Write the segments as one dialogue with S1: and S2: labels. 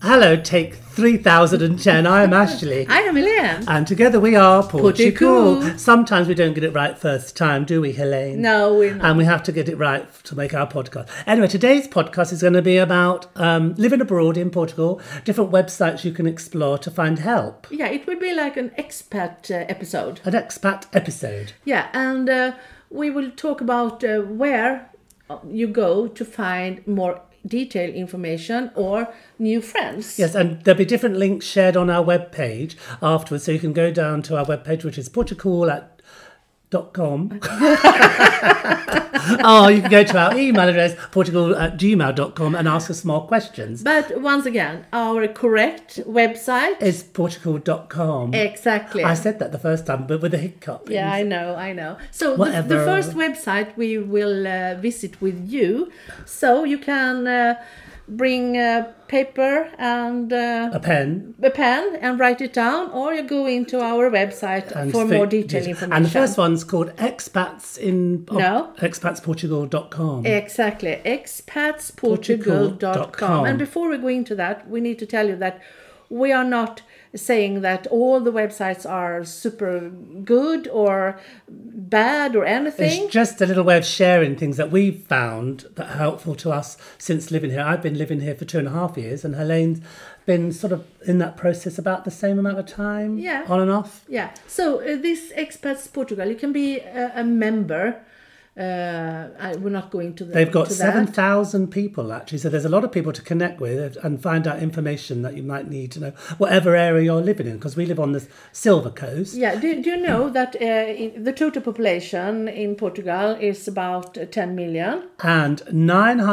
S1: Hello, take 3010. I am Ashley.
S2: I am Elaine.
S1: And together we are Portugal.
S2: Portugal.
S1: Sometimes we don't get it right first time, do we, Helene?
S2: No, we're not.
S1: And we have to get it right to make our podcast. Anyway, today's podcast is going to be about um, living abroad in Portugal, different websites you can explore to find help.
S2: yeah, it would be like an expat uh, episode.
S1: An expat episode.
S2: Yeah, and uh, we will talk about uh, where you go to find more detailed information or new friends.
S1: Yes, and there'll be different links shared on our webpage afterwards. So you can go down to our webpage, which is Portugal at dot com. oh, you can go to our email address, portugal at gmail.com, and ask us more questions.
S2: But once again, our correct website.
S1: It's portugal.com.
S2: Exactly.
S1: I said that the first time, but with a hiccup.
S2: Yeah, I know, I know. So the, the
S1: Whatever.
S2: first website we will uh, visit with you, so you can uh, bring uh, paper and uh,
S1: A pen
S2: a pen and write it down, or you go into our website
S1: and
S2: for more
S1: fi-
S2: detailed information.
S1: And the first one's called expats in
S2: No.
S1: expatsportugal.com.
S2: Exactly, expatsportugal.com.
S1: Portugal.com.
S2: And before we go into that, we need to tell you that we are not saying that all the websites are super good or bad or anything.
S1: It's just a little way of sharing things that we've found that are helpful to us since living here. I've been living here for two and a half years, and Helene's been sort of in that process about the same amount of time,
S2: Yeah.
S1: on and off.
S2: Yeah. So uh, this expats Portugal, you can be a, a member. Uh, I, we're not going to. The,
S1: They've got
S2: to
S1: seven
S2: That.
S1: thousand people actually, so there's a lot of people to connect with and find out information that you might need to know, whatever area you're living in. Because we live on the Silver Coast.
S2: Yeah. Do, do you know that uh, in, the total population in Portugal is about uh, 10 million?
S1: and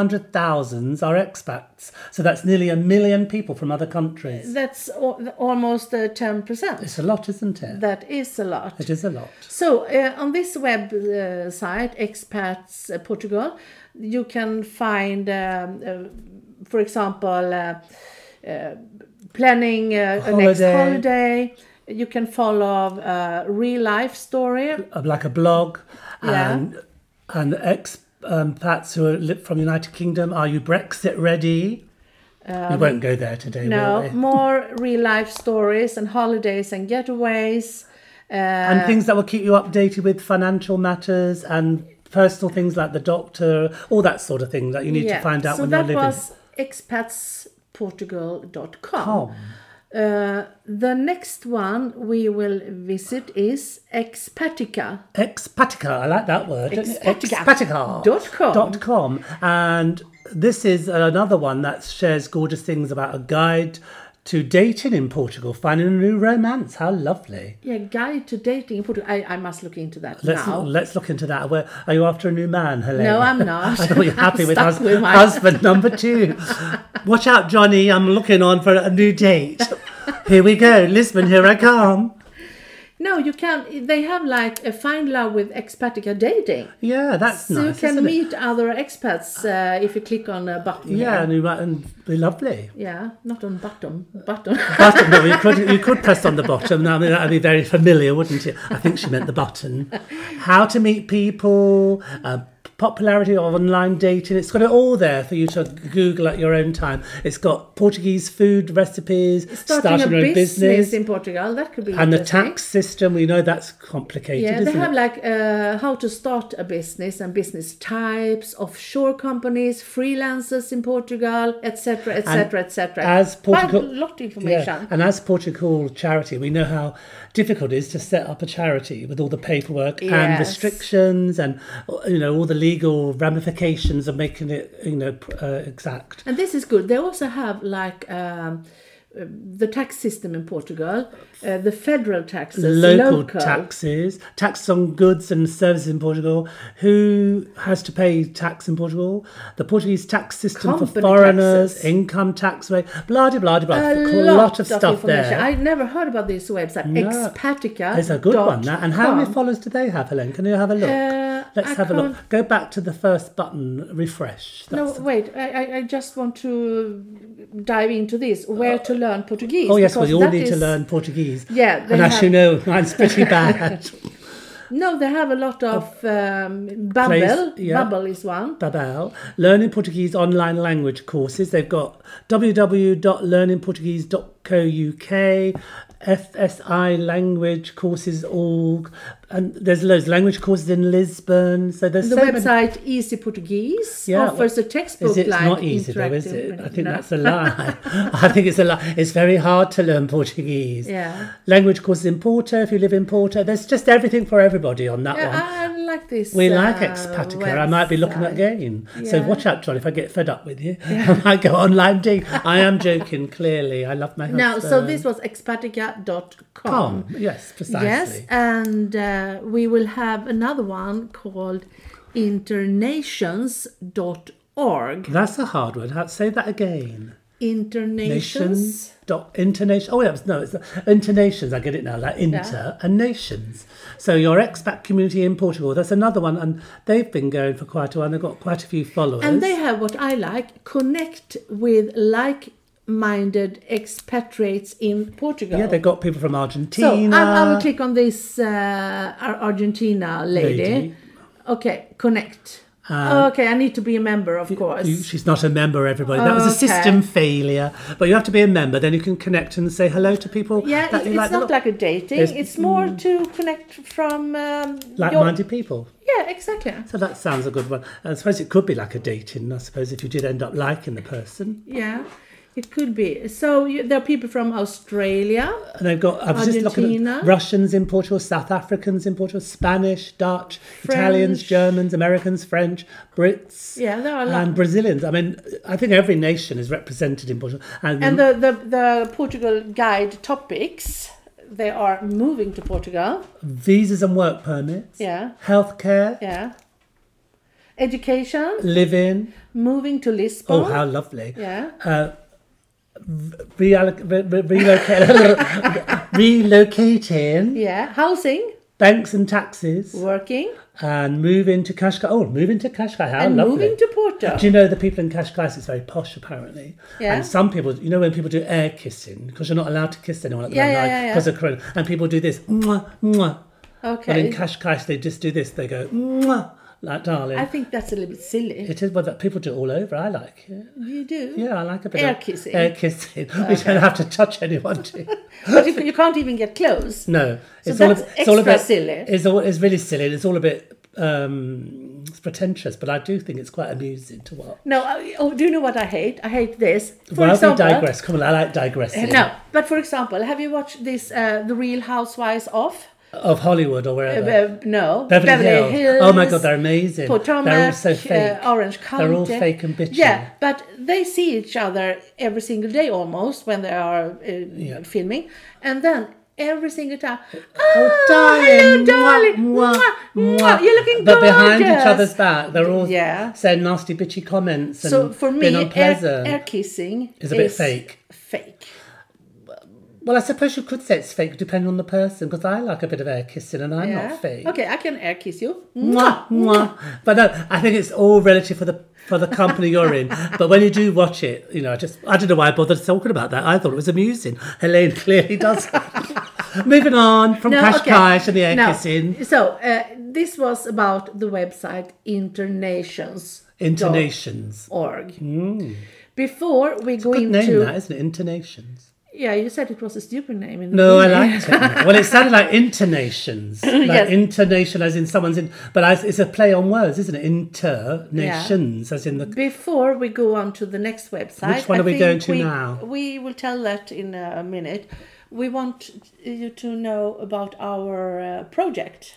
S1: 900,000 are expats. So that's nearly a million people from other countries.
S2: That's al- almost uh, 10%.
S1: It's a lot, isn't it?
S2: That is a lot.
S1: It is a lot.
S2: So uh, on this web uh, site, expats uh, Portugal, you can find, um, uh, for example, uh, uh, planning uh, a next
S1: Holiday.
S2: holiday. You can follow uh, real life story.
S1: Uh, Like a blog
S2: Yeah.
S1: and, and expats who are li- from United Kingdom, are you Brexit ready? we won't go there today, will
S2: Um, No,
S1: we?
S2: more real life stories and holidays and getaways. Uh,
S1: And things that will keep you updated with financial matters and personal things like the doctor, all that sort of thing that you need to find out
S2: so
S1: when you're
S2: that
S1: living.
S2: was expatsportugal.com.
S1: Oh.
S2: Uh, the next one we will visit is expatica.com.
S1: Expatica, I like that word. don't you?
S2: Expatica.
S1: Expatica.
S2: Dot com.
S1: Dot com. And this is another one that shares gorgeous things about a guide to dating in Portugal, finding a new romance. How lovely.
S2: Yeah, guide to dating in Portugal. I, I must look into that
S1: Let's,
S2: now.
S1: let's look into that. Where, are you after a new man, Helene?
S2: No, I'm not.
S1: I thought you were happy
S2: I'm
S1: with,
S2: stuck
S1: hus-
S2: with my-
S1: husband number two. Watch out, Johnny. I'm looking on for a new date. Here we go. Lisbon, here I come.
S2: No, you can. They have like a find love with expatica dating.
S1: Yeah, that's
S2: So
S1: nice.
S2: you
S1: isn't
S2: can
S1: it?
S2: meet other expats uh, if you click on a button.
S1: Yeah,
S2: here.
S1: and, you might, and be lovely.
S2: Yeah, not on bottom. Button.
S1: button. No, you could you could press on the bottom. I mean, that'd be very familiar, wouldn't it? I think she meant the button. How to meet people, uh, popularity of online dating. It's got it all there for you to Google at your own time. It's got Portuguese food recipes,
S2: Starting,
S1: your
S2: a
S1: own
S2: business, in Portugal. That could be
S1: and the
S2: interesting.
S1: tax system. We know that's complicated,
S2: Yeah, they
S1: isn't
S2: have
S1: it?
S2: like uh, how to start a business and business types, offshore companies, freelancers in Portugal, etc., etc., etc.
S1: as Portugal-
S2: Quite a lot of information.
S1: Yeah. And as Portugal charity, we know how difficult it is to set up a charity with all the paperwork and
S2: Yes.
S1: restrictions and you know all the legal ramifications of making it you know pr- uh, exact.
S2: And this is good. They also have like um, uh, the tax system in Portugal, uh, the federal taxes,
S1: Local, taxes, tax on goods and services in Portugal. Who has to pay tax in Portugal? The Portuguese tax system for
S2: Company
S1: foreigners,
S2: taxes.
S1: income tax rate, blah de blah de blah. A
S2: A lot,
S1: lot of
S2: of
S1: stuff
S2: information.
S1: there.
S2: I never heard about this website.
S1: No.
S2: Expatica.
S1: It's a good one. That. And how many
S2: com.
S1: followers do they have, Helen? Can you have a look?
S2: Uh,
S1: Let's
S2: I
S1: have a look.
S2: can't-
S1: Go back to the first button, refresh.
S2: No,
S1: That's-
S2: wait. I, I- I just want to dive into this. Where to learn Portuguese?
S1: Uh, oh, yes, well,
S2: because
S1: you all
S2: that
S1: need to
S2: is-
S1: learn Portuguese.
S2: Yeah, they
S1: And as
S2: have-
S1: you know, mine's pretty bad.
S2: No, they have a lot of um, Bubble.
S1: yeah.
S2: Bubble is one.
S1: Babel, Learning Portuguese online language courses. They've got www.learningportuguese.co.uk, FSI language courses.org, and there's loads language courses in Lisbon. So there's
S2: The
S1: so many-
S2: website Easy Portuguese
S1: Yeah,
S2: offers a
S1: Is
S2: textbook
S1: it it's
S2: like
S1: not easy though, is it?
S2: interactive-
S1: I think
S2: No.
S1: that's a lie. I think it's a lie. It's very hard to learn Portuguese.
S2: Yeah.
S1: Language courses in Porto, if you live in Porto, there's just everything for everybody on that
S2: Yeah,
S1: one.
S2: I, I like this.
S1: We like
S2: uh,
S1: Expatica. I might be looking
S2: website.
S1: at again. So
S2: Yeah.
S1: watch out, John. If I get fed up with you, I might go online dating. I am joking. Clearly, I love my husband.
S2: No, so this was expatica.com.
S1: Com. Yes, precisely.
S2: Yes, and uh, we will have another one called internations.org.
S1: That's a hard word. How, say that again.
S2: Internations.
S1: Dot internation. Oh, yeah, it's- no, it's internations. I get it now. Like inter and nations. So your expat community in Portugal. That's another one, and they've been going for quite a while. They've got quite a few followers.
S2: And they have what I like connect with like minded expatriates in Portugal.
S1: yeah, they've got people from
S2: so
S1: Argentina.
S2: I, I will click on this uh, Ar- Argentina lady.
S1: Lady. Uh,
S2: Okay, connect. okay, I need to be a member, of course.
S1: You- she's not a member, everybody. That was a
S2: Okay.
S1: system failure. But you have to be a member, then you can connect and say hello to people.
S2: Yeah,
S1: that
S2: it-
S1: you
S2: it's
S1: like the
S2: not
S1: look-
S2: like a dating.
S1: There's- mm.
S2: It's more to connect from um, your-
S1: like-minded people.
S2: Yeah, exactly.
S1: So that sounds a good one. I suppose it could be like a dating. I suppose if you did end up liking the person,
S2: Yeah, it could be. So you, there are people from Australia.
S1: and they've got. I was just looking
S2: Argentina.
S1: at Russians in Portugal, South Africans in Portugal, Spanish, Dutch, Italians,
S2: French.
S1: Germans, Americans, French, Brits.
S2: Yeah, there are a lot.
S1: And Brazilians. I mean, I think every nation is represented in Portugal. And,
S2: and the, the the Portugal guide topics. They are moving to Portugal.
S1: visas and work permits,
S2: Yeah,
S1: healthcare,
S2: yeah. Education,
S1: living.
S2: moving to
S1: Oh,
S2: Lisbon.
S1: how lovely.
S2: Yeah.
S1: uh, realloc- re- re- relocate- relocating
S2: Yeah, housing,
S1: banks and taxes
S2: working,
S1: and move into Kashgar. Oh, move into Kashgar. How
S2: and
S1: Ah, lovely.
S2: moving to Porto.
S1: do you know the people in Kashgar? It's very posh, apparently.
S2: Yeah.
S1: And some people, you know, when people do air kissing, because you're not allowed to kiss anyone at the
S2: Yeah,
S1: moment
S2: yeah,
S1: like,
S2: yeah, yeah.
S1: of Corona, and people do this. Mwah, mwah. But in
S2: Okay,
S1: Kashgar, they just do this. They go, mwah, like, darling.
S2: I think that's a little bit silly.
S1: it is what that people do all over. I like it.
S2: You do.
S1: Yeah, I like a bit
S2: Mm. Air
S1: of
S2: kissing.
S1: Air kissing. We don't have to touch anyone. Do we?
S2: But you, you can't even get close.
S1: No,
S2: that's extra silly.
S1: It's all it's really silly. and It's all a bit um, it's pretentious, but I do think it's quite amusing to watch.
S2: No, I, oh, do you know what I hate? I hate this. For
S1: Well,
S2: example,
S1: we digress. Come on, I like digressing.
S2: No, but for example, have you watched this uh, The Real Housewives of?
S1: Of Hollywood or
S2: Uh,
S1: wherever.
S2: uh, no,
S1: Beverly, Hills. Oh my God, they're amazing.
S2: Potomac,
S1: they're all so
S2: uh,
S1: fake.
S2: Orange County.
S1: They're all fake and bitchy.
S2: Yeah, but they see each other every single day almost when they are uh, filming, and then every single time.
S1: Oh,
S2: "Ah,
S1: darling,
S2: hello,
S1: mwah,
S2: darling,
S1: mwah,
S2: mwah,
S1: mwah."
S2: You're looking
S1: But
S2: gorgeous.
S1: behind each other's back, they're all
S2: Yeah.
S1: saying nasty, bitchy comments and
S2: So for me,
S1: being
S2: air,
S1: unpleasant.
S2: air kissing
S1: Is a bit fake.
S2: Fake.
S1: Well, I suppose you could say it's fake depending on the person, because I like a bit of air kissing and I'm
S2: Yeah.
S1: not fake.
S2: Okay, I can air kiss you.
S1: Mwah, mwah. But no, I think it's all relative for the for the company you're in. But when you do watch it, you know, I just I don't know why I bothered talking about that. I thought it was amusing. Helene clearly does. Moving on from cash cash and the air
S2: No.
S1: kissing.
S2: So uh, this was about the website internations.org.
S1: Intonations.
S2: Before we go
S1: Hmm. Good name
S2: into
S1: that, isn't it? Intonations.
S2: yeah, you said it was a stupid name. In the
S1: No, I
S2: beginning.
S1: liked it. Well, it sounded like intonations, like
S2: Yes.
S1: intonation as in someone's in. But I, it's a play on words, isn't it? Inter nations, as in the
S2: Before we go on to the next website,
S1: Which one
S2: I
S1: are we
S2: think
S1: going to
S2: we-
S1: now?
S2: We will tell that in a minute. We want you to know about our uh, project,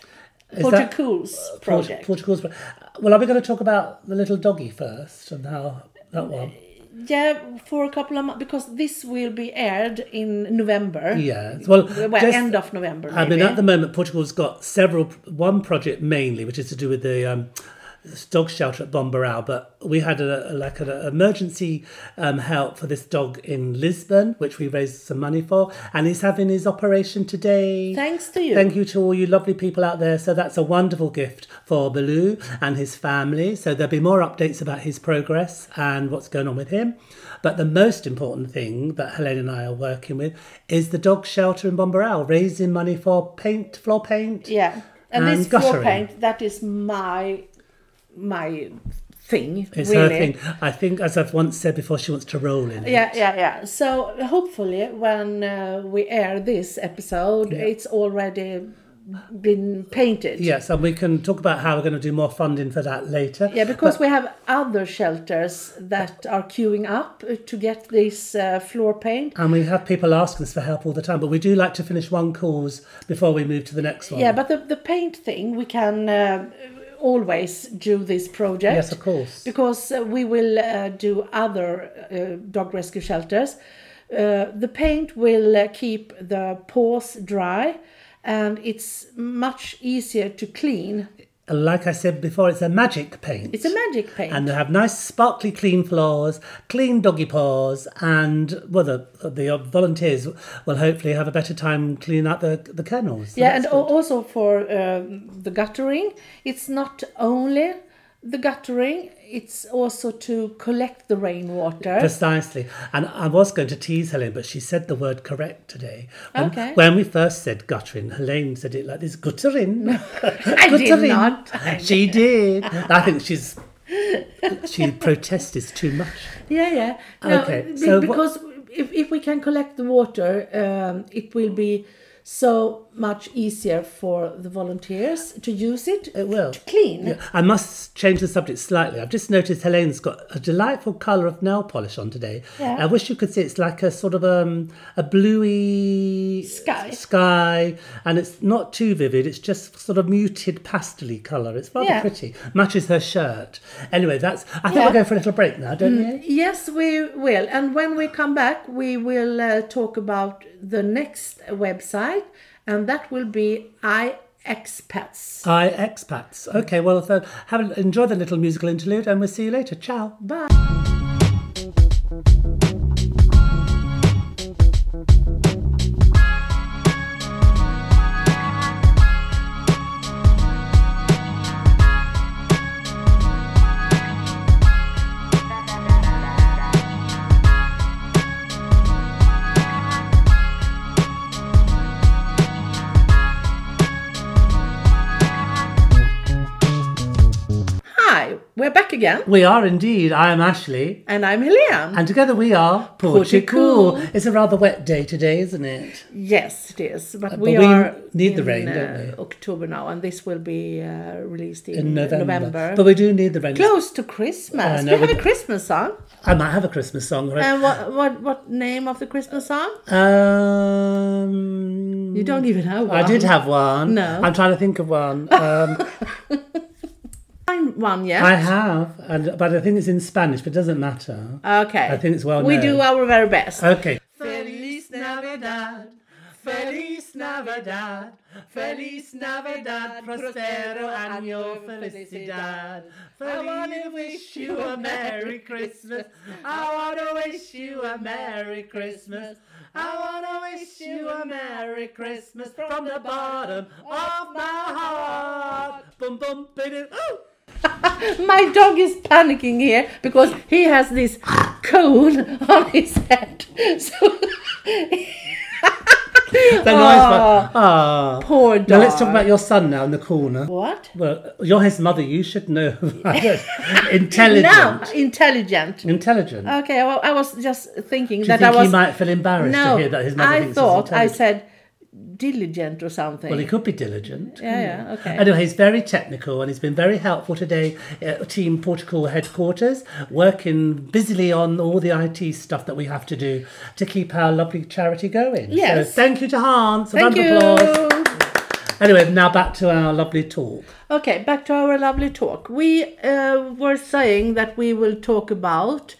S1: that-
S2: Portugal's
S1: Port-
S2: project.
S1: Portugal's. pro- Uh, Well, are we going to talk about the little doggy first and how that one?
S2: Yeah, for a couple of months because this will be aired in November.
S1: Yes. Well,
S2: Well,
S1: just-
S2: end of November.
S1: I mean,
S2: maybe.
S1: at the moment, Portugal's got several. One project mainly, which is to do with the um, dog shelter at Bombarau, but we had a, a- like an emergency um, help for this dog in Lisbon, which we raised some money for, and he's having his operation today.
S2: Thanks to you.
S1: Thank you to all you lovely people out there. So that's a wonderful gift for Baloo and his family. So there'll be more updates about his progress and what's going on with him. But the most important thing that Helene and I are working with is the dog shelter in Bombarel, raising money for paint, floor paint.
S2: Yeah. And,
S1: and
S2: this floor
S1: guttering.
S2: paint, that is my my thing.
S1: It's
S2: really.
S1: her thing. I think, as I've once said before, she wants to roll in it.
S2: Yeah, yeah, yeah. So hopefully, when uh, we air this episode, it's already been painted.
S1: Yes, and we can talk about how we're going to do more funding for that later.
S2: Yeah, because we have other shelters that are queuing up uh, to get this uh, floor paint.
S1: And we have people asking us for help all the time, but we do like to finish one cause before we move to the next one.
S2: Yeah, but the, the paint thing, we can uh, always do this project.
S1: yes, of course.
S2: Because uh, we will uh, do other uh, dog rescue shelters. Uh, the paint will uh, keep the paws dry and it's much easier to clean.
S1: And like I said before, it's a magic paint.
S2: It's a magic paint.
S1: and they have nice, sparkly, clean floors, clean doggy paws, and well, the, the volunteers will hopefully have a better time cleaning out the, the kennels.
S2: yeah, and al- also for um, the guttering, it's not only the guttering, it's also to collect the rainwater.
S1: Precisely. And I was going to tease Helene, but she said the word correct today. When,
S2: Okay.
S1: when we first said guttering, Helene said it like this guttering.
S2: I did
S1: guttering.
S2: not.
S1: She did. I think she's. She protests is too much.
S2: Yeah, yeah. No,
S1: Okay,
S2: be-
S1: so what-
S2: because if, if we can collect the water, um, it will be so much easier for the volunteers to use it, Uh,
S1: It will.
S2: to clean.
S1: I must change the subject slightly. I've just noticed Helene's got a delightful colour of nail polish on today.
S2: Yeah.
S1: I wish you could see it's like a sort of um, a bluey
S2: Sky.
S1: sky, and it's not too vivid. It's just sort of muted pastely colour. It's rather
S2: Yeah.
S1: pretty. Matches her shirt. Anyway, that's. I think
S2: Yeah. Mm.
S1: we're going for a little break now, don't we?
S2: Yes, we will. And when we come back, we will uh, talk about the next website, and that will be iExpats.
S1: I expats. Okay, well, then have a, enjoy the little musical interlude, and we'll see you later. Ciao.
S2: Bye. Hi, we're back again.
S1: We are indeed. I am Ashley.
S2: And I'm Helene.
S1: And together we are
S2: Portugal.
S1: Portugal. It's a rather wet day today, isn't it?
S2: Yes, it is. But
S1: Uh, but
S2: we,
S1: we
S2: are
S1: need the
S2: in,
S1: rain, don't we?
S2: uh, October now, and this will be uh, released in,
S1: In November.
S2: November.
S1: But we do need the rain.
S2: Close to Christmas.
S1: I
S2: we
S1: know,
S2: have
S1: we-
S2: a Christmas song.
S1: I might have a Christmas song. Right?
S2: And what what what name of the Christmas song?
S1: Um,
S2: You don't even have one.
S1: I did have one.
S2: No.
S1: I'm trying to think of one. Um,
S2: Find one yet.
S1: I have, and, but I think it's in Spanish, but it doesn't matter.
S2: okay.
S1: I think it's well
S2: We
S1: known.
S2: do our very best.
S1: Okay.
S2: Feliz
S1: Navidad. Feliz Navidad, Feliz Navidad,
S2: prospero año, felicidad. I wanna wish you a Merry
S1: Christmas. I wanna wish you a Merry Christmas. I wanna wish you a Merry Christmas from the bottom of my heart. Boom, boom, bidoo. Oh!
S2: My dog is panicking here because he has this cone on his head. So
S1: The noise. Ah.
S2: poor dog.
S1: Now let's talk about your son now in the corner.
S2: what?
S1: Well, you're his mother. You should know. intelligent.
S2: Now intelligent.
S1: Intelligent.
S2: Okay, well, I was just thinking
S1: Do you
S2: Uh, that
S1: think
S2: I was.
S1: he might feel embarrassed
S2: no,
S1: to hear that his mother
S2: I
S1: thinks
S2: thought
S1: he's
S2: I
S1: intelligent?
S2: said diligent or something.
S1: Well, he could be diligent.
S2: yeah, yeah, okay.
S1: Anyway, he's very technical and he's been very helpful today at Team Portugal headquarters, working busily on all the IT stuff that we have to do to keep our lovely charity going.
S2: Yes.
S1: So thank you to Hans. A
S2: Thank
S1: round of
S2: you.
S1: applause. Anyway, now back to our lovely talk.
S2: Okay, back to our lovely talk. We uh, were saying that we will talk about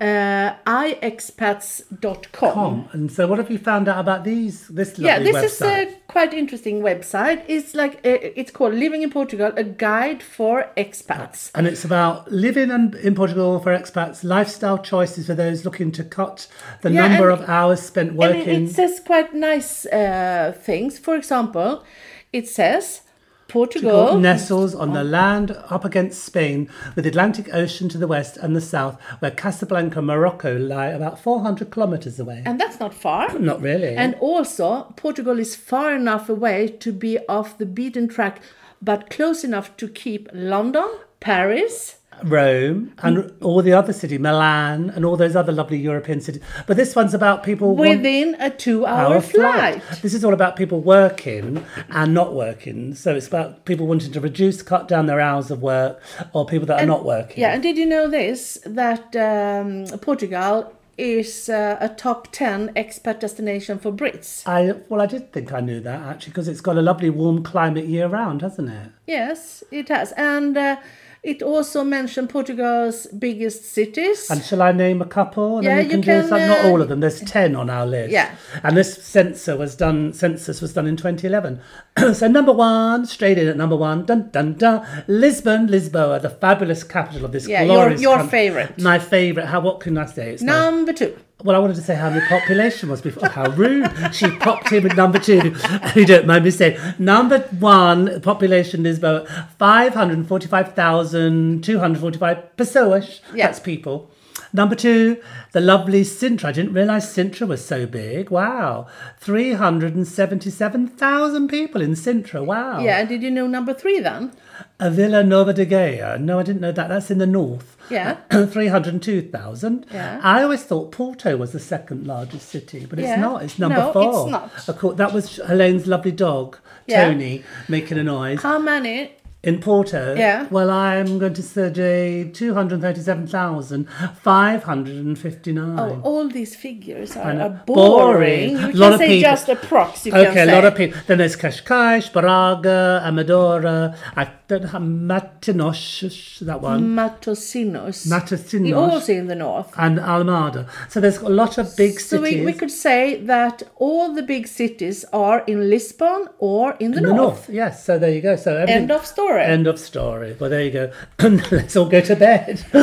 S2: uh, iexpats.com.
S1: Tom, and so what have you found out about these? This lovely
S2: Yeah, this
S1: website?
S2: is uh, a quite interesting website. It's like uh, it's called Living in Portugal: A Guide for Expats.
S1: And it's about living in, in Portugal for expats, lifestyle choices for those looking to cut the
S2: Yeah,
S1: number
S2: and-
S1: of hours spent
S2: And it-
S1: working.
S2: it says quite nice uh, things. For example, it says Portugal. oh.
S1: nestles on the land up against Spain, with the Atlantic Ocean to the west and the south, where Casablanca and Morocco lie about 400 kilometres away.
S2: And that's not far.
S1: Not really.
S2: And also, Portugal is far enough away to be off the beaten track, but close enough to keep London, Paris.
S1: Rome and all the other city, Milan, and all those other lovely European cities. But this one's about people want-
S2: Within a two-hour flight.
S1: This is all about people working and not working. So it's about people wanting to reduce, cut down their hours of work, or people that are not working.
S2: Yeah, and did you know this? That um, Portugal is uh, a top 10 expat destination for Brits.
S1: I well, I did think I knew that actually because it's got a lovely warm climate year round, hasn't it?
S2: Yes, it has. And uh, it also mentioned Portugal's biggest cities.
S1: And shall I name a couple? And
S2: Yeah,
S1: then
S2: you
S1: you can,
S2: can,
S1: do some. Not
S2: uh,
S1: all of them. There's ten on our list.
S2: Yeah.
S1: And this censor was done. Census was done in 2011. so number one, straight in at number one. Dun dun dun. Lisbon, Lisboa, the fabulous capital of this
S2: Yeah, your-
S1: glorious.
S2: your
S1: coun-
S2: favourite.
S1: My favourite. How? What can I say? It's my-
S2: Number two.
S1: well, I wanted to say how many population was before. How rude! She popped in with number two. you don't mind me saying number one population is about five hundred forty-five thousand two hundred forty-five pessoas.
S2: Yeah.
S1: That's people. Number two, the lovely Sintra. I didn't realise Sintra was so big. Wow, three hundred and seventy-seven thousand people in Sintra. Wow.
S2: Yeah, and did you know number three then?
S1: A Villa Nova de Gaia. No, I didn't know that. That's in the north.
S2: Yeah.
S1: 302,000.
S2: Yeah.
S1: I always thought Porto was the second largest city, but
S2: Yeah.
S1: it's not. It's number
S2: No, it's
S1: four.
S2: not.
S1: Of course, that was Helene's lovely dog,
S2: Yeah.
S1: Tony, making a noise.
S2: How many?
S1: In Porto,
S2: Yeah.
S1: well, I'm going to say 237,559.
S2: Oh, all these figures are,
S1: I know.
S2: are boring.
S1: Boring.
S2: You
S1: Lot
S2: can
S1: of
S2: say
S1: people.
S2: just approx. You can
S1: Okay, a
S2: say.
S1: lot of people. Then there's Kashkai, Braga, Amadora, I don't have Matinosh, that one.
S2: Matosinos.
S1: Matosinos.
S2: Mm. Also in the north.
S1: and Almada. So there's a lot of big
S2: So
S1: cities
S2: we, we could say that all the big cities are in Lisbon or in the,
S1: in the
S2: north.
S1: north. Yes, so there you go. So everything-
S2: End of story.
S1: End of story. Well, there you go. Let's all go to bed.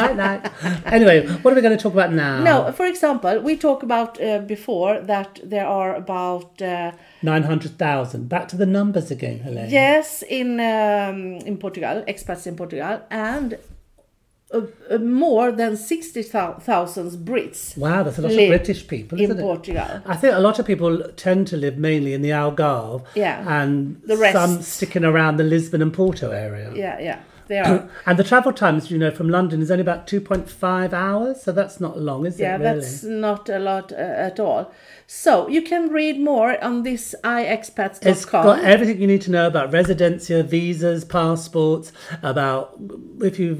S1: night, night. Anyway, what are we going to talk about now?
S2: no, for example, we talked about uh, before that there are about uh,
S1: 900,000. Back to the numbers again, Helene.
S2: yes in um, in Portugal, expats in Portugal, and uh, uh, more than sixty thousand Brits
S1: Wow, that's a lot
S2: Live
S1: of British people,
S2: in
S1: isn't it?
S2: Portugal.
S1: I think a lot of people tend to live mainly in the Algarve
S2: Yeah.
S1: and
S2: The rest.
S1: some sticking around the Lisbon and Porto area.
S2: Yeah, yeah, they are.
S1: And the travel times, you know, from London is only about 2.5 hours, so that's not long, is
S2: Yeah,
S1: it really?
S2: that's not a lot uh, at all. So you can read more on this iexpats.com.
S1: It's got everything you need to know about residencia, visas, passports, about if you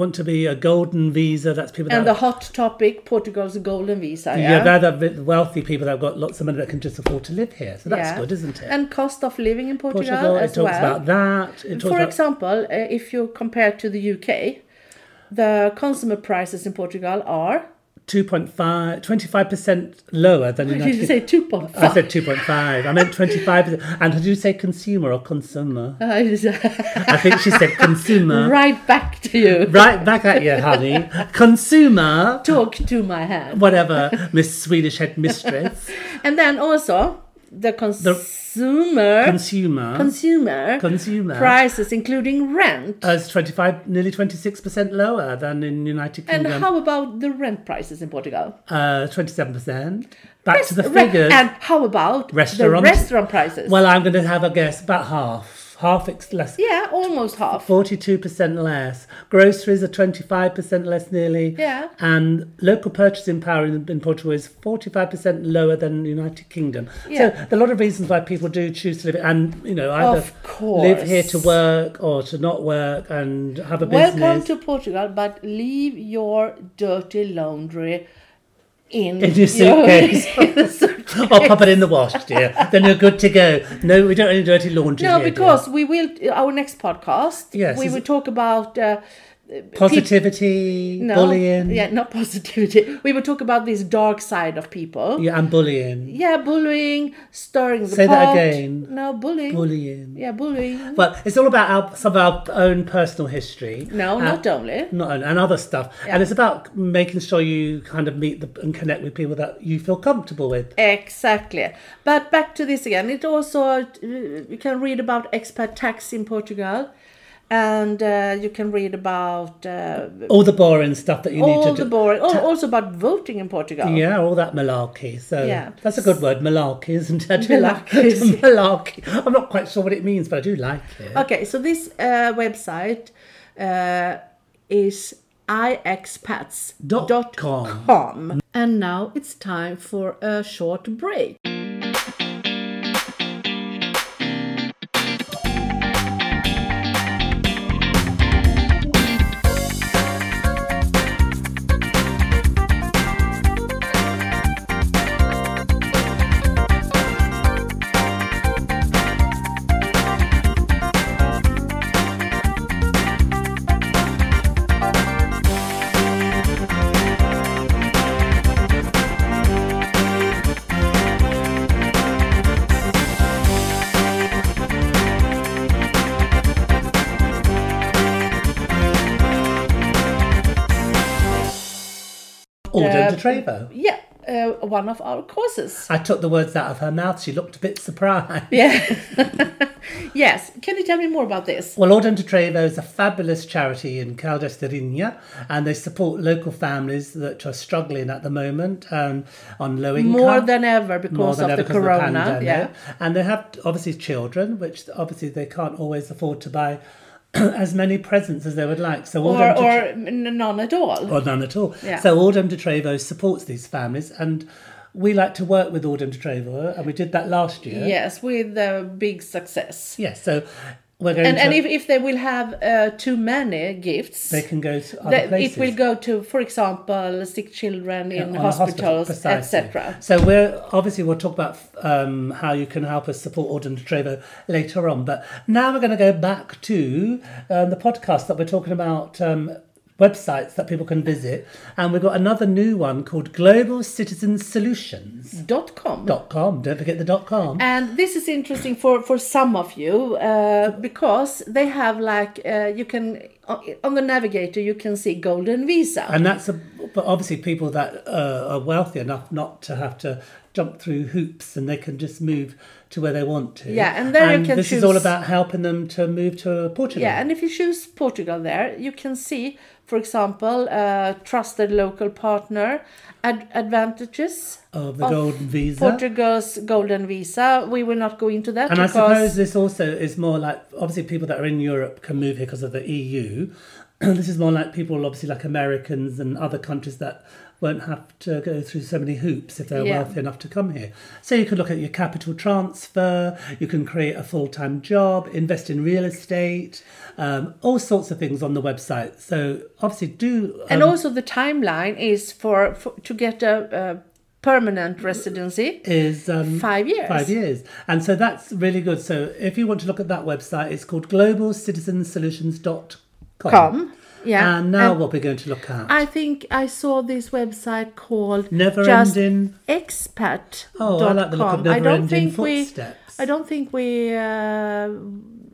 S1: want to be a golden visa, that's people
S2: And the
S1: that
S2: hot topic, Portugal's golden visa.
S1: yeah, they're the ri- wealthy people that have got lots of money that can just afford to live here. So that's
S2: Yeah.
S1: good, isn't it?
S2: And cost of living in Portugal,
S1: Portugal, it
S2: as
S1: talks
S2: well.
S1: about that. It talks
S2: For
S1: about
S2: example, uh, if you compare to the UK, the consumer prices in Portugal are
S1: 2.5, 25% lower than in
S2: did you
S1: United
S2: say two point
S1: I
S2: five?
S1: said 2.5. I meant 25%. And did you say consumer or consumer? I think she said consumer.
S2: right back to you.
S1: right back at you, honey. Consumer.
S2: Talk to my hand.
S1: whatever Miss Swedish head mistress,
S2: And then also the consumer
S1: consumer,
S2: consumer
S1: consumer, Uh,
S2: prices, including rent.
S1: is twenty five, nearly twenty six percent lower than in United
S2: and
S1: Kingdom,
S2: how about the rent prices in Portugal?
S1: twenty seven percent. Back to the
S2: Rest- re-
S1: figures.
S2: And how about
S1: Restaurant.
S2: the restaurant prices?
S1: well, I'm going to have a guess. About half, half ex- less.
S2: yeah, almost half.
S1: Forty-two percent less. Groceries are twenty-five percent less, nearly.
S2: Yeah.
S1: And local purchasing power in, in Portugal is forty-five percent lower than the United Kingdom.
S2: Yeah.
S1: So there are a lot of reasons why people do choose to live, and you know, either
S2: Of
S1: live here to
S2: course.
S1: work or to not work and have a
S2: Welcome
S1: business.
S2: to Portugal, but leave your dirty laundry in,
S1: In your suitcase. or pop it in the wash, dear. then you're good to go. No, we don't have any dirty laundry.
S2: no,
S1: here, dear.
S2: because we will. Our next podcast,
S1: Yes,
S2: we
S1: is
S2: will
S1: it-
S2: talk about uh,
S1: Positivity,
S2: no,
S1: bullying.
S2: Yeah, not positivity. We would talk about this dark side of people.
S1: Yeah, and bullying.
S2: Yeah, bullying, stirring the
S1: Say that
S2: pot.
S1: again.
S2: No, bullying.
S1: Bullying.
S2: Yeah, bullying.
S1: But it's all about our, some of our own personal history. Uh,
S2: No,
S1: And-
S2: not only.
S1: not and, and other stuff. And it's about making sure you kind of meet the, and connect with people that you feel comfortable with.
S2: Exactly. But back to this again. It also, uh, you can read about expat tax in Portugal. And uh, you can read about uh,
S1: All the boring stuff that you need
S2: all
S1: to
S2: the
S1: do.
S2: boring, al- also about voting in Portugal.
S1: Yeah, all that malarkey. So
S2: Yeah.
S1: that's a good word, malarkey, isn't it? I do like
S2: Malarkeys.
S1: malarkey. I'm not quite sure what it means, but I do like it.
S2: Okay, so this uh, website uh, is
S1: Dot
S2: ixpats.com.
S1: com.
S2: And now it's time for a short break.
S1: Alden
S2: Uh,
S1: de Trevo.
S2: Yeah, uh, one of our courses.
S1: I took the words out of her mouth. She looked a bit surprised.
S2: Yeah. yes. Can you tell me more about this?
S1: Well, Orden de Trevo is a fabulous charity in Caldas de Rinha, and they support local families that are struggling at the moment um, on low income.
S2: More than ever
S1: more
S2: because
S1: than
S2: of
S1: ever
S2: the corona.
S1: pandemic.
S2: yeah.
S1: And they have obviously children, which obviously they can't always afford to buy as many presents as they would like. So all
S2: Or,
S1: them to-
S2: or n- none at all.
S1: or none at all.
S2: Yeah.
S1: So Ordem de Trevo supports these families and we like to work with Ordem de Trevo and we did that last year.
S2: Yes, with uh, big success.
S1: Yes, so we're going
S2: And,
S1: to
S2: and if, if they will have uh, too many gifts,
S1: they can go to other
S2: that
S1: places.
S2: it will go to, for example, sick children in
S1: on a hospital,
S2: hospitals,
S1: precisely.
S2: etc.
S1: So we're obviously we'll talk about um, how you can help us support Auden Trevo later on. But now we're going to go back to um, the podcast that we're talking about. Um, Websites that people can visit, and we've got another new one called Global Citizen Solutions
S2: Dot com.
S1: dot com. Don't forget the dot com.
S2: And this is interesting for, for some of you uh, because they have like uh, you can on the navigator you can see golden visa.
S1: And that's a, but obviously people that uh, are wealthy enough not to have to jump through hoops and they can just move to where they want to.
S2: Yeah, and there you can
S1: this is all
S2: choose-
S1: about helping them to move to Portugal.
S2: yeah, and if you choose Portugal there, you can see, for example, uh, trusted local partner, ad- advantages
S1: of the
S2: of
S1: golden visa.
S2: Portugal's golden visa. We will not go into that
S1: and I
S2: because
S1: suppose this also is more like obviously people that are in Europe can move here because of the EU. this is more like people, obviously, like Americans and other countries that won't have to go through so many hoops if they're
S2: Yeah.
S1: wealthy enough to come here. So you can look at your capital transfer, you can create a full time job, invest in real estate, um, all sorts of things on the website. So obviously, do um,
S2: and also the timeline is for, for to get a, a permanent residency
S1: is um,
S2: five years.
S1: Five years. And so that's really good. So if you want to look at that website, it's called globalcitizensolutions.com.
S2: Com. Yeah.
S1: And now what we're going to look at.
S2: I think I saw this website called
S1: Never
S2: just
S1: ending.
S2: expat.
S1: Oh, I like the look of
S2: I
S1: never
S2: don't
S1: ending
S2: think
S1: footsteps.
S2: we. I don't think we uh,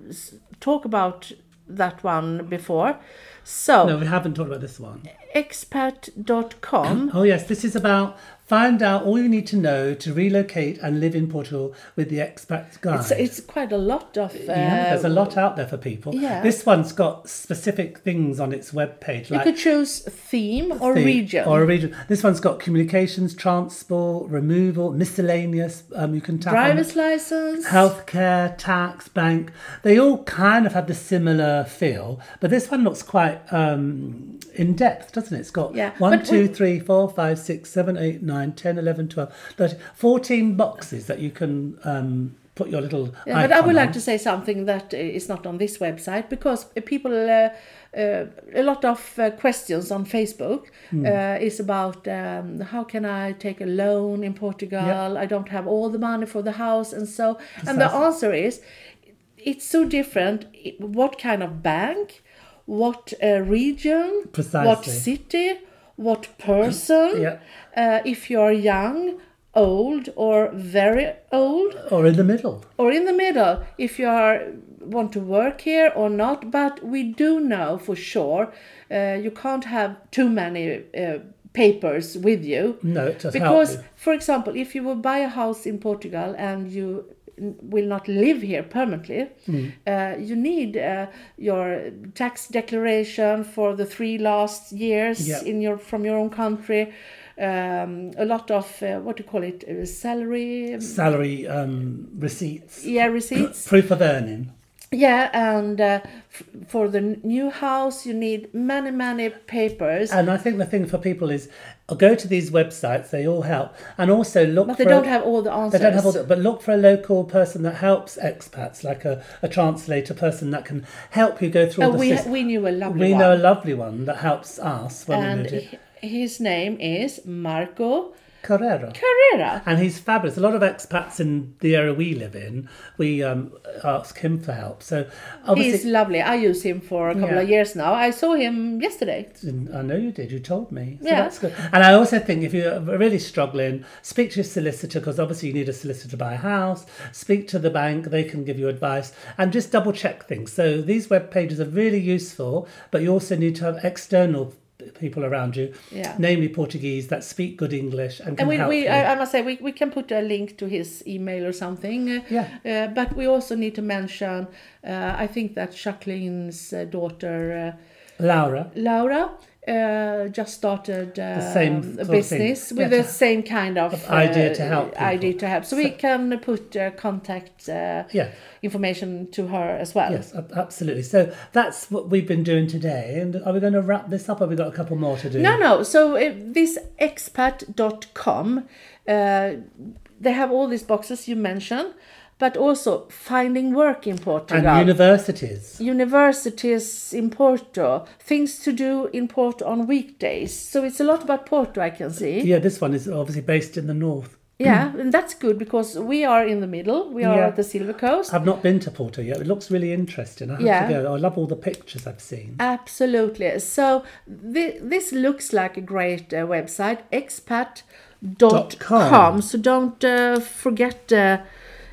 S2: s- talk about that one before. So
S1: No, we haven't talked about this one.
S2: expat.com.
S1: Oh, yes. This is about find out all you need to know to relocate and live in Portugal with the expat guide.
S2: So it's quite a lot of. Uh,
S1: yeah, there's a lot out there for people.
S2: yeah.
S1: This one's got specific things on its webpage.
S2: You
S1: Like
S2: could choose theme or
S1: thing-
S2: region.
S1: Or a region. This one's got communications, transport, removal, miscellaneous. Um, you can tap on
S2: driver's license.
S1: healthcare, tax, bank. They all kind of have the similar feel, but this one looks quite um, in depth, doesn't it? It's got
S2: Yeah,
S1: one,
S2: but
S1: two,
S2: we-
S1: three, four, five, six, seven, eight, nine, 10, 11, 12, 13, 14 boxes that you can um, put your little.
S2: Yeah, but I would
S1: icon
S2: like
S1: on.
S2: to say something that is not on this website because uh, people, uh, uh, a lot of uh, questions on Facebook
S1: Hmm.
S2: uh, is about um, how can I take a loan in Portugal? I don't have all the money for the house, and so and the
S1: Precisely.
S2: answer is, it's so different. What kind of bank? what uh, region, what
S1: Precisely.
S2: city, what person,
S1: Yeah.
S2: uh, if you are young, old, or very old,
S1: or in the middle.
S2: or in the middle if you are want to work here or not but we do know for sure uh, you can't have too many uh, papers with you
S1: No, it does help
S2: because
S1: you.
S2: for example if you will buy a house in portugal and you n- will not live here permanently
S1: Mm.
S2: uh, you need uh, your tax declaration for the three last years
S1: Yeah.
S2: in your from your own country um, a lot of uh, what do you call it uh, salary
S1: Salary um, receipts,
S2: yeah receipts
S1: proof of earning.
S2: yeah, and uh, f- for the n- new house, you need many, many papers,
S1: And I think the thing for people is uh, go to these websites, they all help. And also look
S2: but
S1: for
S2: they don't have all the
S1: they
S2: answers.
S1: don't have all that, but look for a local person that helps expats, like a, a translator person that can help you go through all
S2: Uh,
S1: the
S2: we,
S1: system.
S2: we knew a lovely
S1: We
S2: one.
S1: know a lovely one that helps us when we
S2: and
S1: need it.
S2: hi- his name is Marco
S1: Carrera.
S2: Carrera.
S1: And he's fabulous. A lot of expats in the area we live in, we um, ask him for help. So
S2: He's
S1: obviously,
S2: lovely. I use him for a couple
S1: Yeah.
S2: of years now. I saw him yesterday.
S1: I know you did. You told me. So
S2: Yeah.
S1: that's good. And I also think if you're really struggling, speak to your solicitor because obviously you need a solicitor to buy a house. Speak to the bank; they can give you advice and just double check things. So these web pages are really useful, but you also need to have external people around you,
S2: Yeah.
S1: namely Portuguese that speak good English and can
S2: And we,
S1: help
S2: we
S1: you.
S2: I, I must say, we, we can put a link to his email or something. uh,
S1: Yeah.
S2: Uh, but we also need to mention, uh, I think that Jacqueline's uh, daughter. Uh,
S1: Laura.
S2: Laura uh, just started uh,
S1: same
S2: um,
S1: sort
S2: a
S1: of
S2: business
S1: thing.
S2: with
S1: Yeah,
S2: the
S1: to-
S2: same kind of, uh,
S1: of idea to help people.
S2: idea to help. So, we
S1: So-
S2: can put uh, contact uh,
S1: Yeah.
S2: information to her as well.
S1: Yes, ab- absolutely. So that's what we've been doing today. And are we going to wrap this up? Have we got a couple more to do?
S2: No, no. So uh, this expat.com, uh, they have all these boxes you mentioned, but also finding work in
S1: And
S2: Portugal.
S1: universities.
S2: universities in Porto, things to do in Porto on weekdays. So it's a lot about Porto, I can see.
S1: Yeah, this one is obviously based in the north.
S2: Yeah, and that's good because we are in the middle. We are
S1: Yeah.
S2: at the Silver Coast.
S1: I've not been to Porto yet. It looks really interesting. I have
S2: Yeah.
S1: to go. I love all the pictures I've seen.
S2: Absolutely. So th- this looks like a great uh, website, expat.com.
S1: com.
S2: So don't uh, forget uh,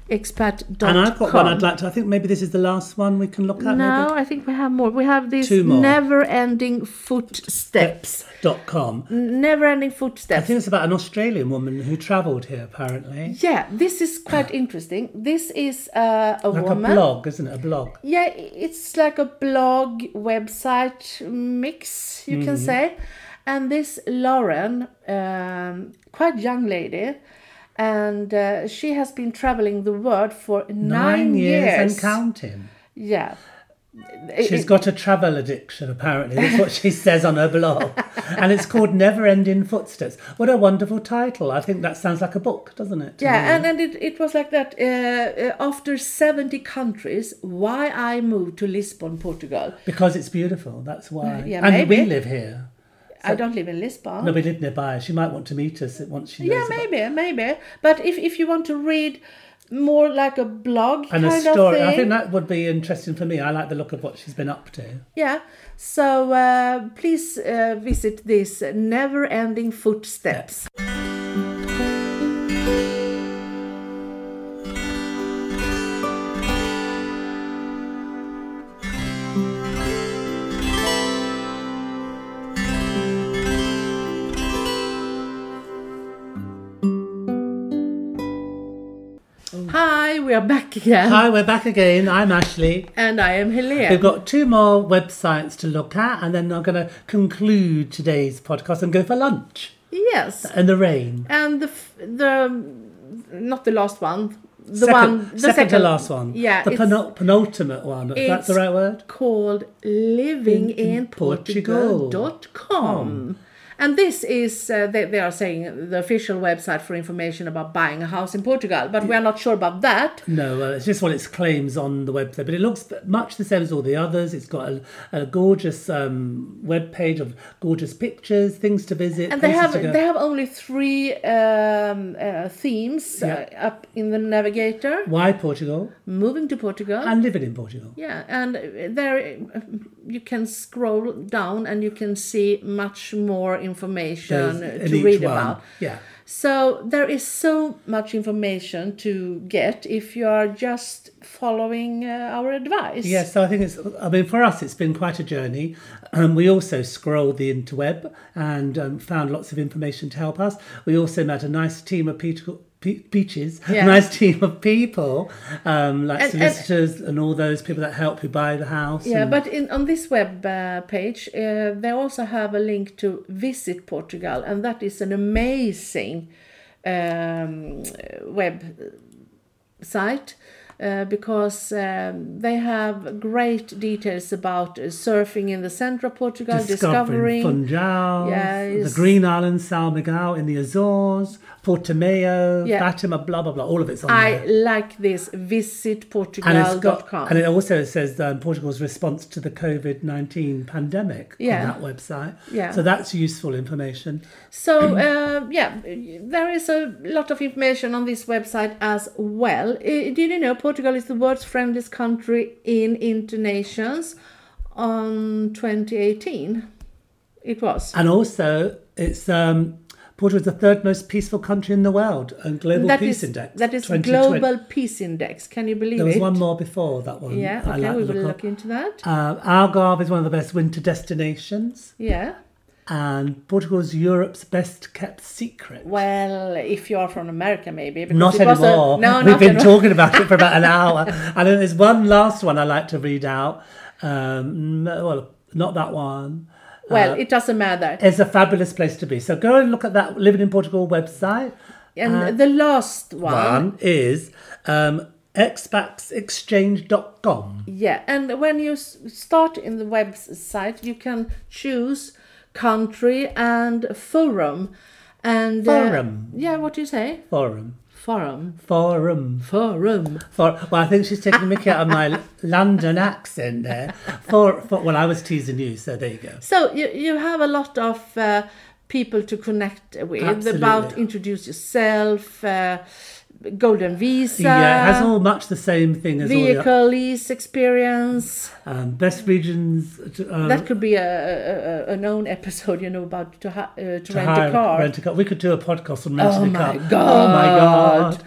S2: expat.com.
S1: And I've got one I'd like to. I think maybe this is the last one we can look at.
S2: No, I think we have more. We have these
S1: Two more.
S2: never-ending footsteps.
S1: Maybe? Dot com.
S2: Never-ending
S1: I
S2: footsteps.
S1: think it's about an Australian woman who travelled here, apparently.
S2: Yeah, this is quite interesting. This is uh, a
S1: Like
S2: woman.
S1: a blog, isn't it? A blog.
S2: Yeah, it's like a blog website mix, you can say. And this Lauren, um, quite young lady, and uh, she has been traveling the world for nine, years.
S1: and counting.
S2: Yeah.
S1: She's
S2: It-
S1: got a travel addiction, apparently. That's what she says on her blog. And it's called Never Ending Footsteps. What a wonderful title. I think that sounds like a book, doesn't it? to me?
S2: Yeah, and, and it, it was like that. Uh, uh, after 70 countries, why I moved to Lisbon, Portugal.
S1: Because it's beautiful, that's why.
S2: Yeah,
S1: and we
S2: maybe.
S1: live here.
S2: I don't live in Lisbon.
S1: No, we live nearby. She might want to meet us once she knows.
S2: Yeah,
S1: about-
S2: maybe, maybe. But if if you want to read more like a blog
S1: And a
S2: kind of
S1: story.
S2: thing,
S1: I think that would be interesting for me. I like the look of what she's been up to.
S2: yeah. So uh, please uh, visit this never-ending footsteps. Hi, we are back again,
S1: Hi, we're back again. I'm Ashley.
S2: and I am Helene.
S1: We've got two more websites to look at, and then I'm going to conclude today's podcast and go for lunch
S2: Yes.
S1: in the rain.
S2: And the f- the not the last one, the
S1: second,
S2: one, the
S1: second, to last one.
S2: Yeah,
S1: the
S2: it's
S1: penul- penultimate one. If that's the
S2: it's-
S1: right word.
S2: called livinginportugal.com.
S1: Portugal.
S2: And this is, uh, they, they are saying, the official website for information about buying a house in Portugal. But we are not sure about that.
S1: No, uh, it's just what it claims on the website, but it looks much the same as all the others. It's got a, a gorgeous um, web page of gorgeous pictures, things to visit,
S2: And they
S1: places
S2: have
S1: to go.
S2: they have only three um, uh, themes uh, up in the navigator.
S1: Why Portugal?
S2: Moving to Portugal.
S1: And living in Portugal.
S2: yeah, and uh, there uh, you can scroll down and you can see much more information
S1: There's-
S2: uh,
S1: in
S2: to
S1: each
S2: read
S1: one.
S2: about.
S1: Yeah.
S2: So there is so much information to get if you are just following uh, our advice.
S1: Yeah, so I think it's, I mean, for us, it's been quite a journey. Um, we also scrolled the interweb and um, found lots of information to help us. We also met a nice team of people. pe- Peaches,
S2: Yeah.
S1: a nice team of people, um, like
S2: And- and-
S1: solicitors and, all those people that help you buy the house.
S2: Yeah,
S1: and-
S2: but in, on this web uh, page, uh, they also have a link to visit Portugal, and that is an amazing um, web site uh, because um, they have great details about uh, surfing in the center of Portugal,
S1: discovering,
S2: discovering,
S1: Funchal,
S2: Yes.
S1: the Green Islands, São Miguel in the Azores, Portimao,
S2: Yeah.
S1: Fatima, blah blah blah. All of it's on
S2: I
S1: there.
S2: like this visitportugal.com.
S1: and it also says um, Portugal's response to the COVID nineteen pandemic
S2: Yeah.
S1: on that website.
S2: Yeah.
S1: So that's useful information.
S2: So uh, yeah, there is a lot of information on this website as well. I- Did you know Portugal is the world's friendliest country in internations? On 2018, it was.
S1: And also, it's um, Portugal's the third most peaceful country in the world on Global
S2: That
S1: Peace
S2: is-
S1: Index.
S2: that is
S1: 2020.
S2: global peace index. Can you believe
S1: There was
S2: it?
S1: one more before that one.
S2: yeah.
S1: I like
S2: Okay, we
S1: the
S2: will
S1: look
S2: look into that.
S1: of. Um, Algarve is one of the best winter destinations.
S2: Yeah.
S1: and Portugal's Europe's best kept secret.
S2: Well, if you are from America, maybe. because
S1: Not
S2: it was a-
S1: anymore.
S2: no,
S1: We've
S2: not
S1: been
S2: anymore.
S1: talking about it for about an hour. And then there's one last one I like to read out. Um, no, well, not that one.
S2: Well, it doesn't matter.
S1: It's a fabulous place to be. So go and look at that Living in Portugal website.
S2: And the last one
S1: Uh, One is um, expatsexchange.com.
S2: Yeah, and when you s- start in the website, you can choose country and forum. And uh,
S1: Forum.
S2: yeah, what do you say?
S1: Forum.
S2: Forum.
S1: Forum.
S2: Forum.
S1: For well, I think she's taking a mickey out of my London accent there. For, for well, I was teasing you, so there you go.
S2: So you you have a lot of uh, people to connect with about
S1: Absolutely.
S2: introduce yourself, uh, golden visa,
S1: yeah, it has all much the same thing as all the
S2: vehicle lease experience.
S1: Um, best regions to, um,
S2: That could be a, a, a- a known episode, you know, about to, ha- uh, to,
S1: to
S2: rent a
S1: hire-
S2: car.
S1: Rent a car. We could do a podcast on renting a
S2: my
S1: car. Oh my god!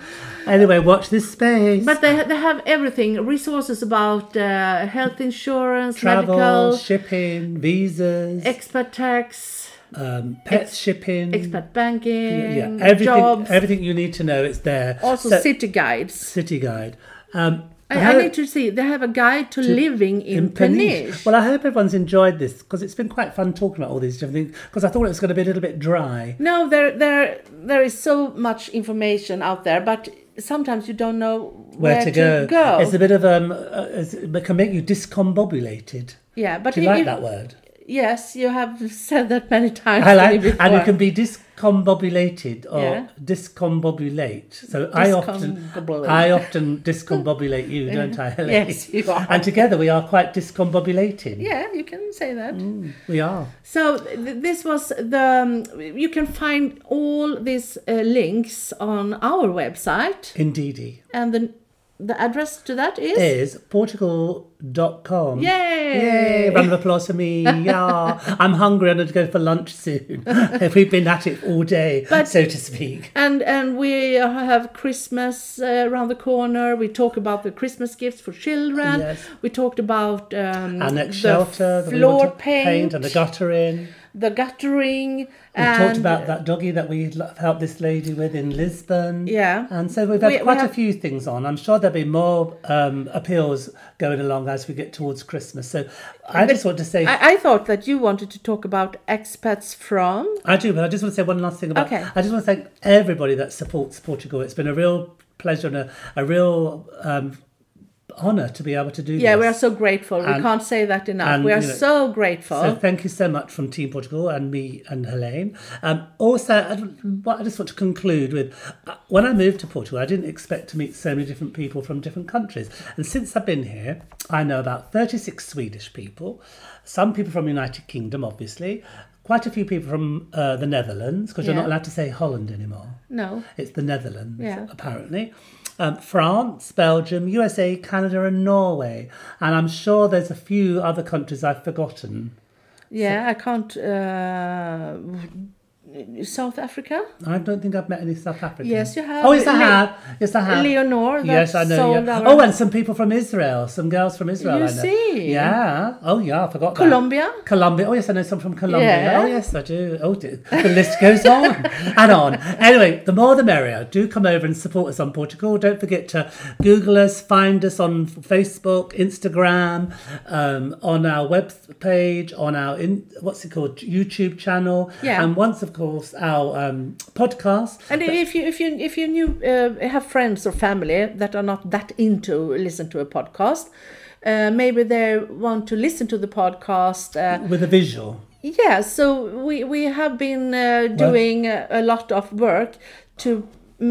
S1: Anyway, watch this space.
S2: But they they have everything resources about uh, health insurance,
S1: travel,
S2: medical,
S1: shipping, visas,
S2: expat tax,
S1: um, pet shipping.
S2: expat banking,
S1: yeah, everything.
S2: jobs,
S1: Everything you need to know. It's there.
S2: also
S1: So-
S2: city guides.
S1: city guide. Um,
S2: I, I
S1: hope-
S2: need to see they have a guide to, living in, Peniche.
S1: Well, I hope everyone's enjoyed this because it's been quite fun talking about all these different things. Because I thought it was going to be a little bit dry.
S2: no, there there there is so much information out there, but sometimes you don't know
S1: Where, to, go.
S2: go.
S1: It's a bit of um, uh, it's- it can make you discombobulated.
S2: yeah, but
S1: Do you
S2: i-
S1: like
S2: if-
S1: that word?
S2: yes, you have said that many times.
S1: I
S2: to
S1: like,
S2: me before.
S1: and it can be discombobulated or
S2: Yeah.
S1: discombobulate. So I often,
S2: Discombobulate.
S1: I often discombobulate you, don't I? Helene?
S2: Yes, you are.
S1: And together we are quite discombobulated.
S2: yeah, you can say that.
S1: We are.
S2: So th- this was the. Um, you can find all these uh, links on our website,
S1: Indeedy.
S2: and the the address to that is.
S1: Is Portugal.com.
S2: Yay!
S1: Yay! Round of applause for me. Yeah. I'm hungry. I'm going to go for lunch soon. We've been at it all day,
S2: But-
S1: so to speak.
S2: And and we have Christmas uh, around the corner. We talk about the Christmas gifts for children.
S1: Yes.
S2: We talked about um,
S1: Our next shelter, that we
S2: floor
S1: want to
S2: paint,
S1: and the guttering.
S2: the guttering. We
S1: We
S2: and
S1: talked about that doggy that we l- helped this lady with in Lisbon.
S2: Yeah.
S1: And so we've had
S2: We- we
S1: quite
S2: have-
S1: a few things on. I'm sure there'll be more um, appeals going along as we get towards Christmas. So I just want to say, I,
S2: I, I thought that you wanted to talk about expats from.
S1: do, but I just want to say one last thing about
S2: Okay.
S1: I just want to thank everybody that supports Portugal. It's been a real pleasure and a, a real. Um, honour to be able to do
S2: Yeah,
S1: this.
S2: we are so grateful. we
S1: And-
S2: can't say that enough.
S1: and,
S2: we are
S1: you know,
S2: so grateful.
S1: So thank you so much from Team Portugal and me and Helene. Um, also, I, don't- what I just want to conclude with uh, when I moved to Portugal, I didn't expect to meet so many different people from different countries. And since I've been here, I know about 36 Swedish people, some people from United Kingdom, obviously, quite a few people from uh, the Netherlands, because you're not
S2: Yeah.
S1: allowed to say Holland anymore.
S2: no.
S1: It's the Netherlands,
S2: Yeah.
S1: apparently. Um, France, Belgium, USA, Canada, and Norway. And I'm sure there's a few other countries I've forgotten.
S2: Yeah, I can't. Uh, South Africa?
S1: I don't think I've met any South Africans.
S2: Yes, you have.
S1: Oh, yes, I
S2: Le-
S1: have. Yes, I have.
S2: Leonor, that
S1: Uh-huh. yes, I know.
S2: sold
S1: Yeah.
S2: our.
S1: Oh, and some people from Israel, some girls from Israel.
S2: You
S1: I know.
S2: see.
S1: Yeah. Oh, yeah, I forgot that.
S2: Colombia?
S1: Colombia. Oh yes, I know some from Colombia.
S2: Yeah.
S1: Oh yes, I do. Oh, dear. the list goes on and on. Anyway, the more the merrier. Do come over and support us on Portugal. Don't forget to Google us, find us on Facebook, Instagram, um, on our web page, on our in, what's it called YouTube channel,
S2: Yeah.
S1: and once of course our um, podcast.
S2: And if you if you if you knew, uh, have friends or family that are not that into listen to a podcast, uh, maybe they want to listen to the podcast. Uh,
S1: With a visual.
S2: yeah, so we we have been uh, doing a, a lot of work to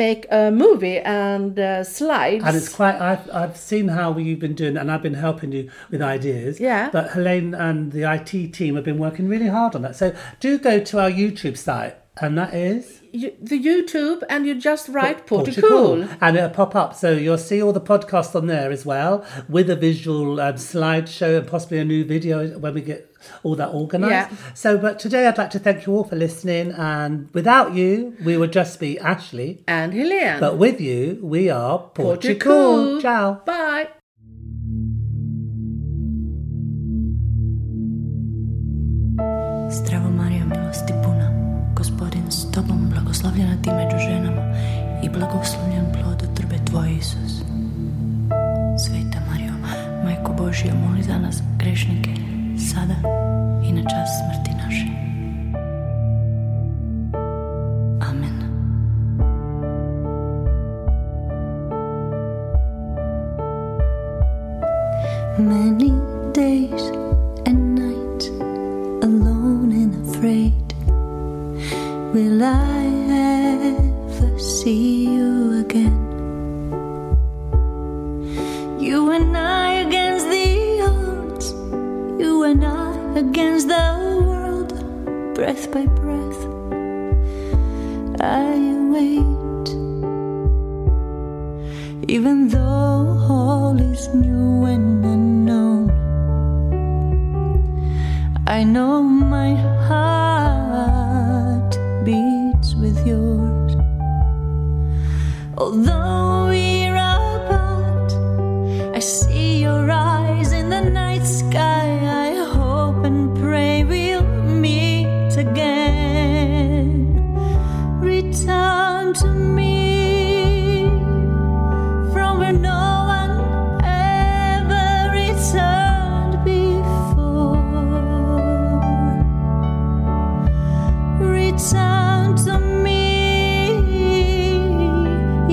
S2: make a movie and uh, slides.
S1: And it's quite. I've, I've seen how you've been doing, and I've been helping you with ideas.
S2: Yeah.
S1: But Helene and the IT team have been working really hard on that. So do go to our YouTube site, and that is
S2: you, the YouTube, and you just write Portugal.
S1: and it'll pop up. So you'll see all the podcasts on there as well, with a visual um, slideshow and possibly a new video when we get all that organised.
S2: Yeah.
S1: So, but today I'd like to thank you all for listening. And without you, we would just be Ashley.
S2: and Helene.
S1: But with you, we are Portugal.
S2: Portugal.
S1: Ciao.
S2: Bye.
S3: Zdravo Marija, milosti puna, gospodin s tobom, blagoslovljena ti među ženama i blagoslovljen plod od trbe tvoje, Isus. Sveta Marijo, Majko Božja, moli za nas grešnike, sada i na čas smrti naše. Amen. Many days and nights alone and afraid. Will I ever see you again? You and I against the odds, you and I against the world, breath by breath. I wait, even though all is new and unknown. I know my heart beats with yours. Although we're apart, I see your eyes in the night sky. I hope and pray we'll meet again. Return to me from where no one ever returned before. Return to me,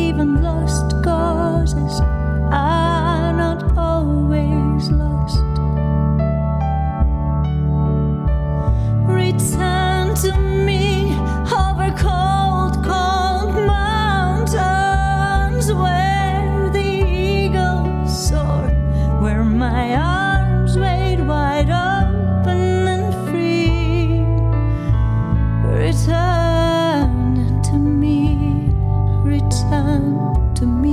S3: even lost causes are not always lost. Return to me over cold, cold mountains where the eagles soar, where my arms wait wide open and free. Return to me, return to me.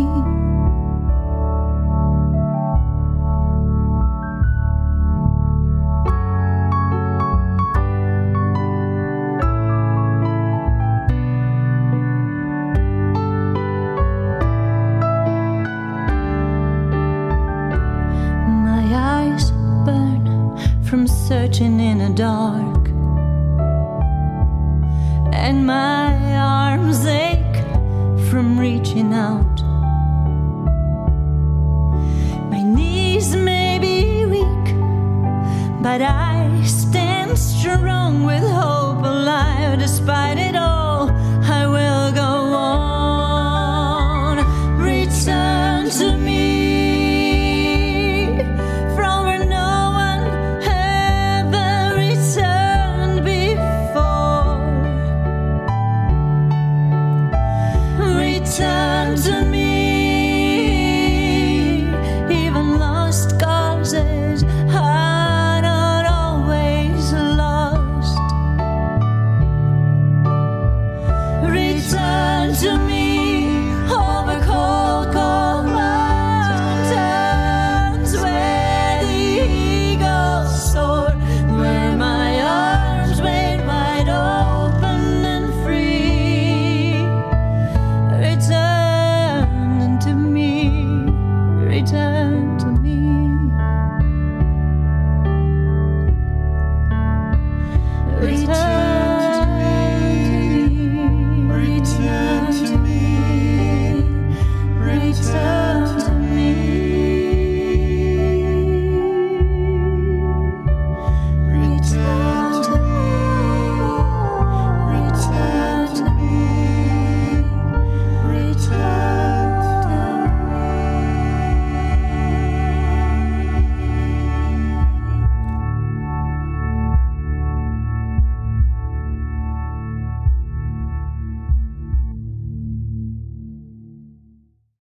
S3: My eyes burn from searching in the dark, and my arms ache from reaching out. My knees may be weak, but I stand strong with hope alive despite it all.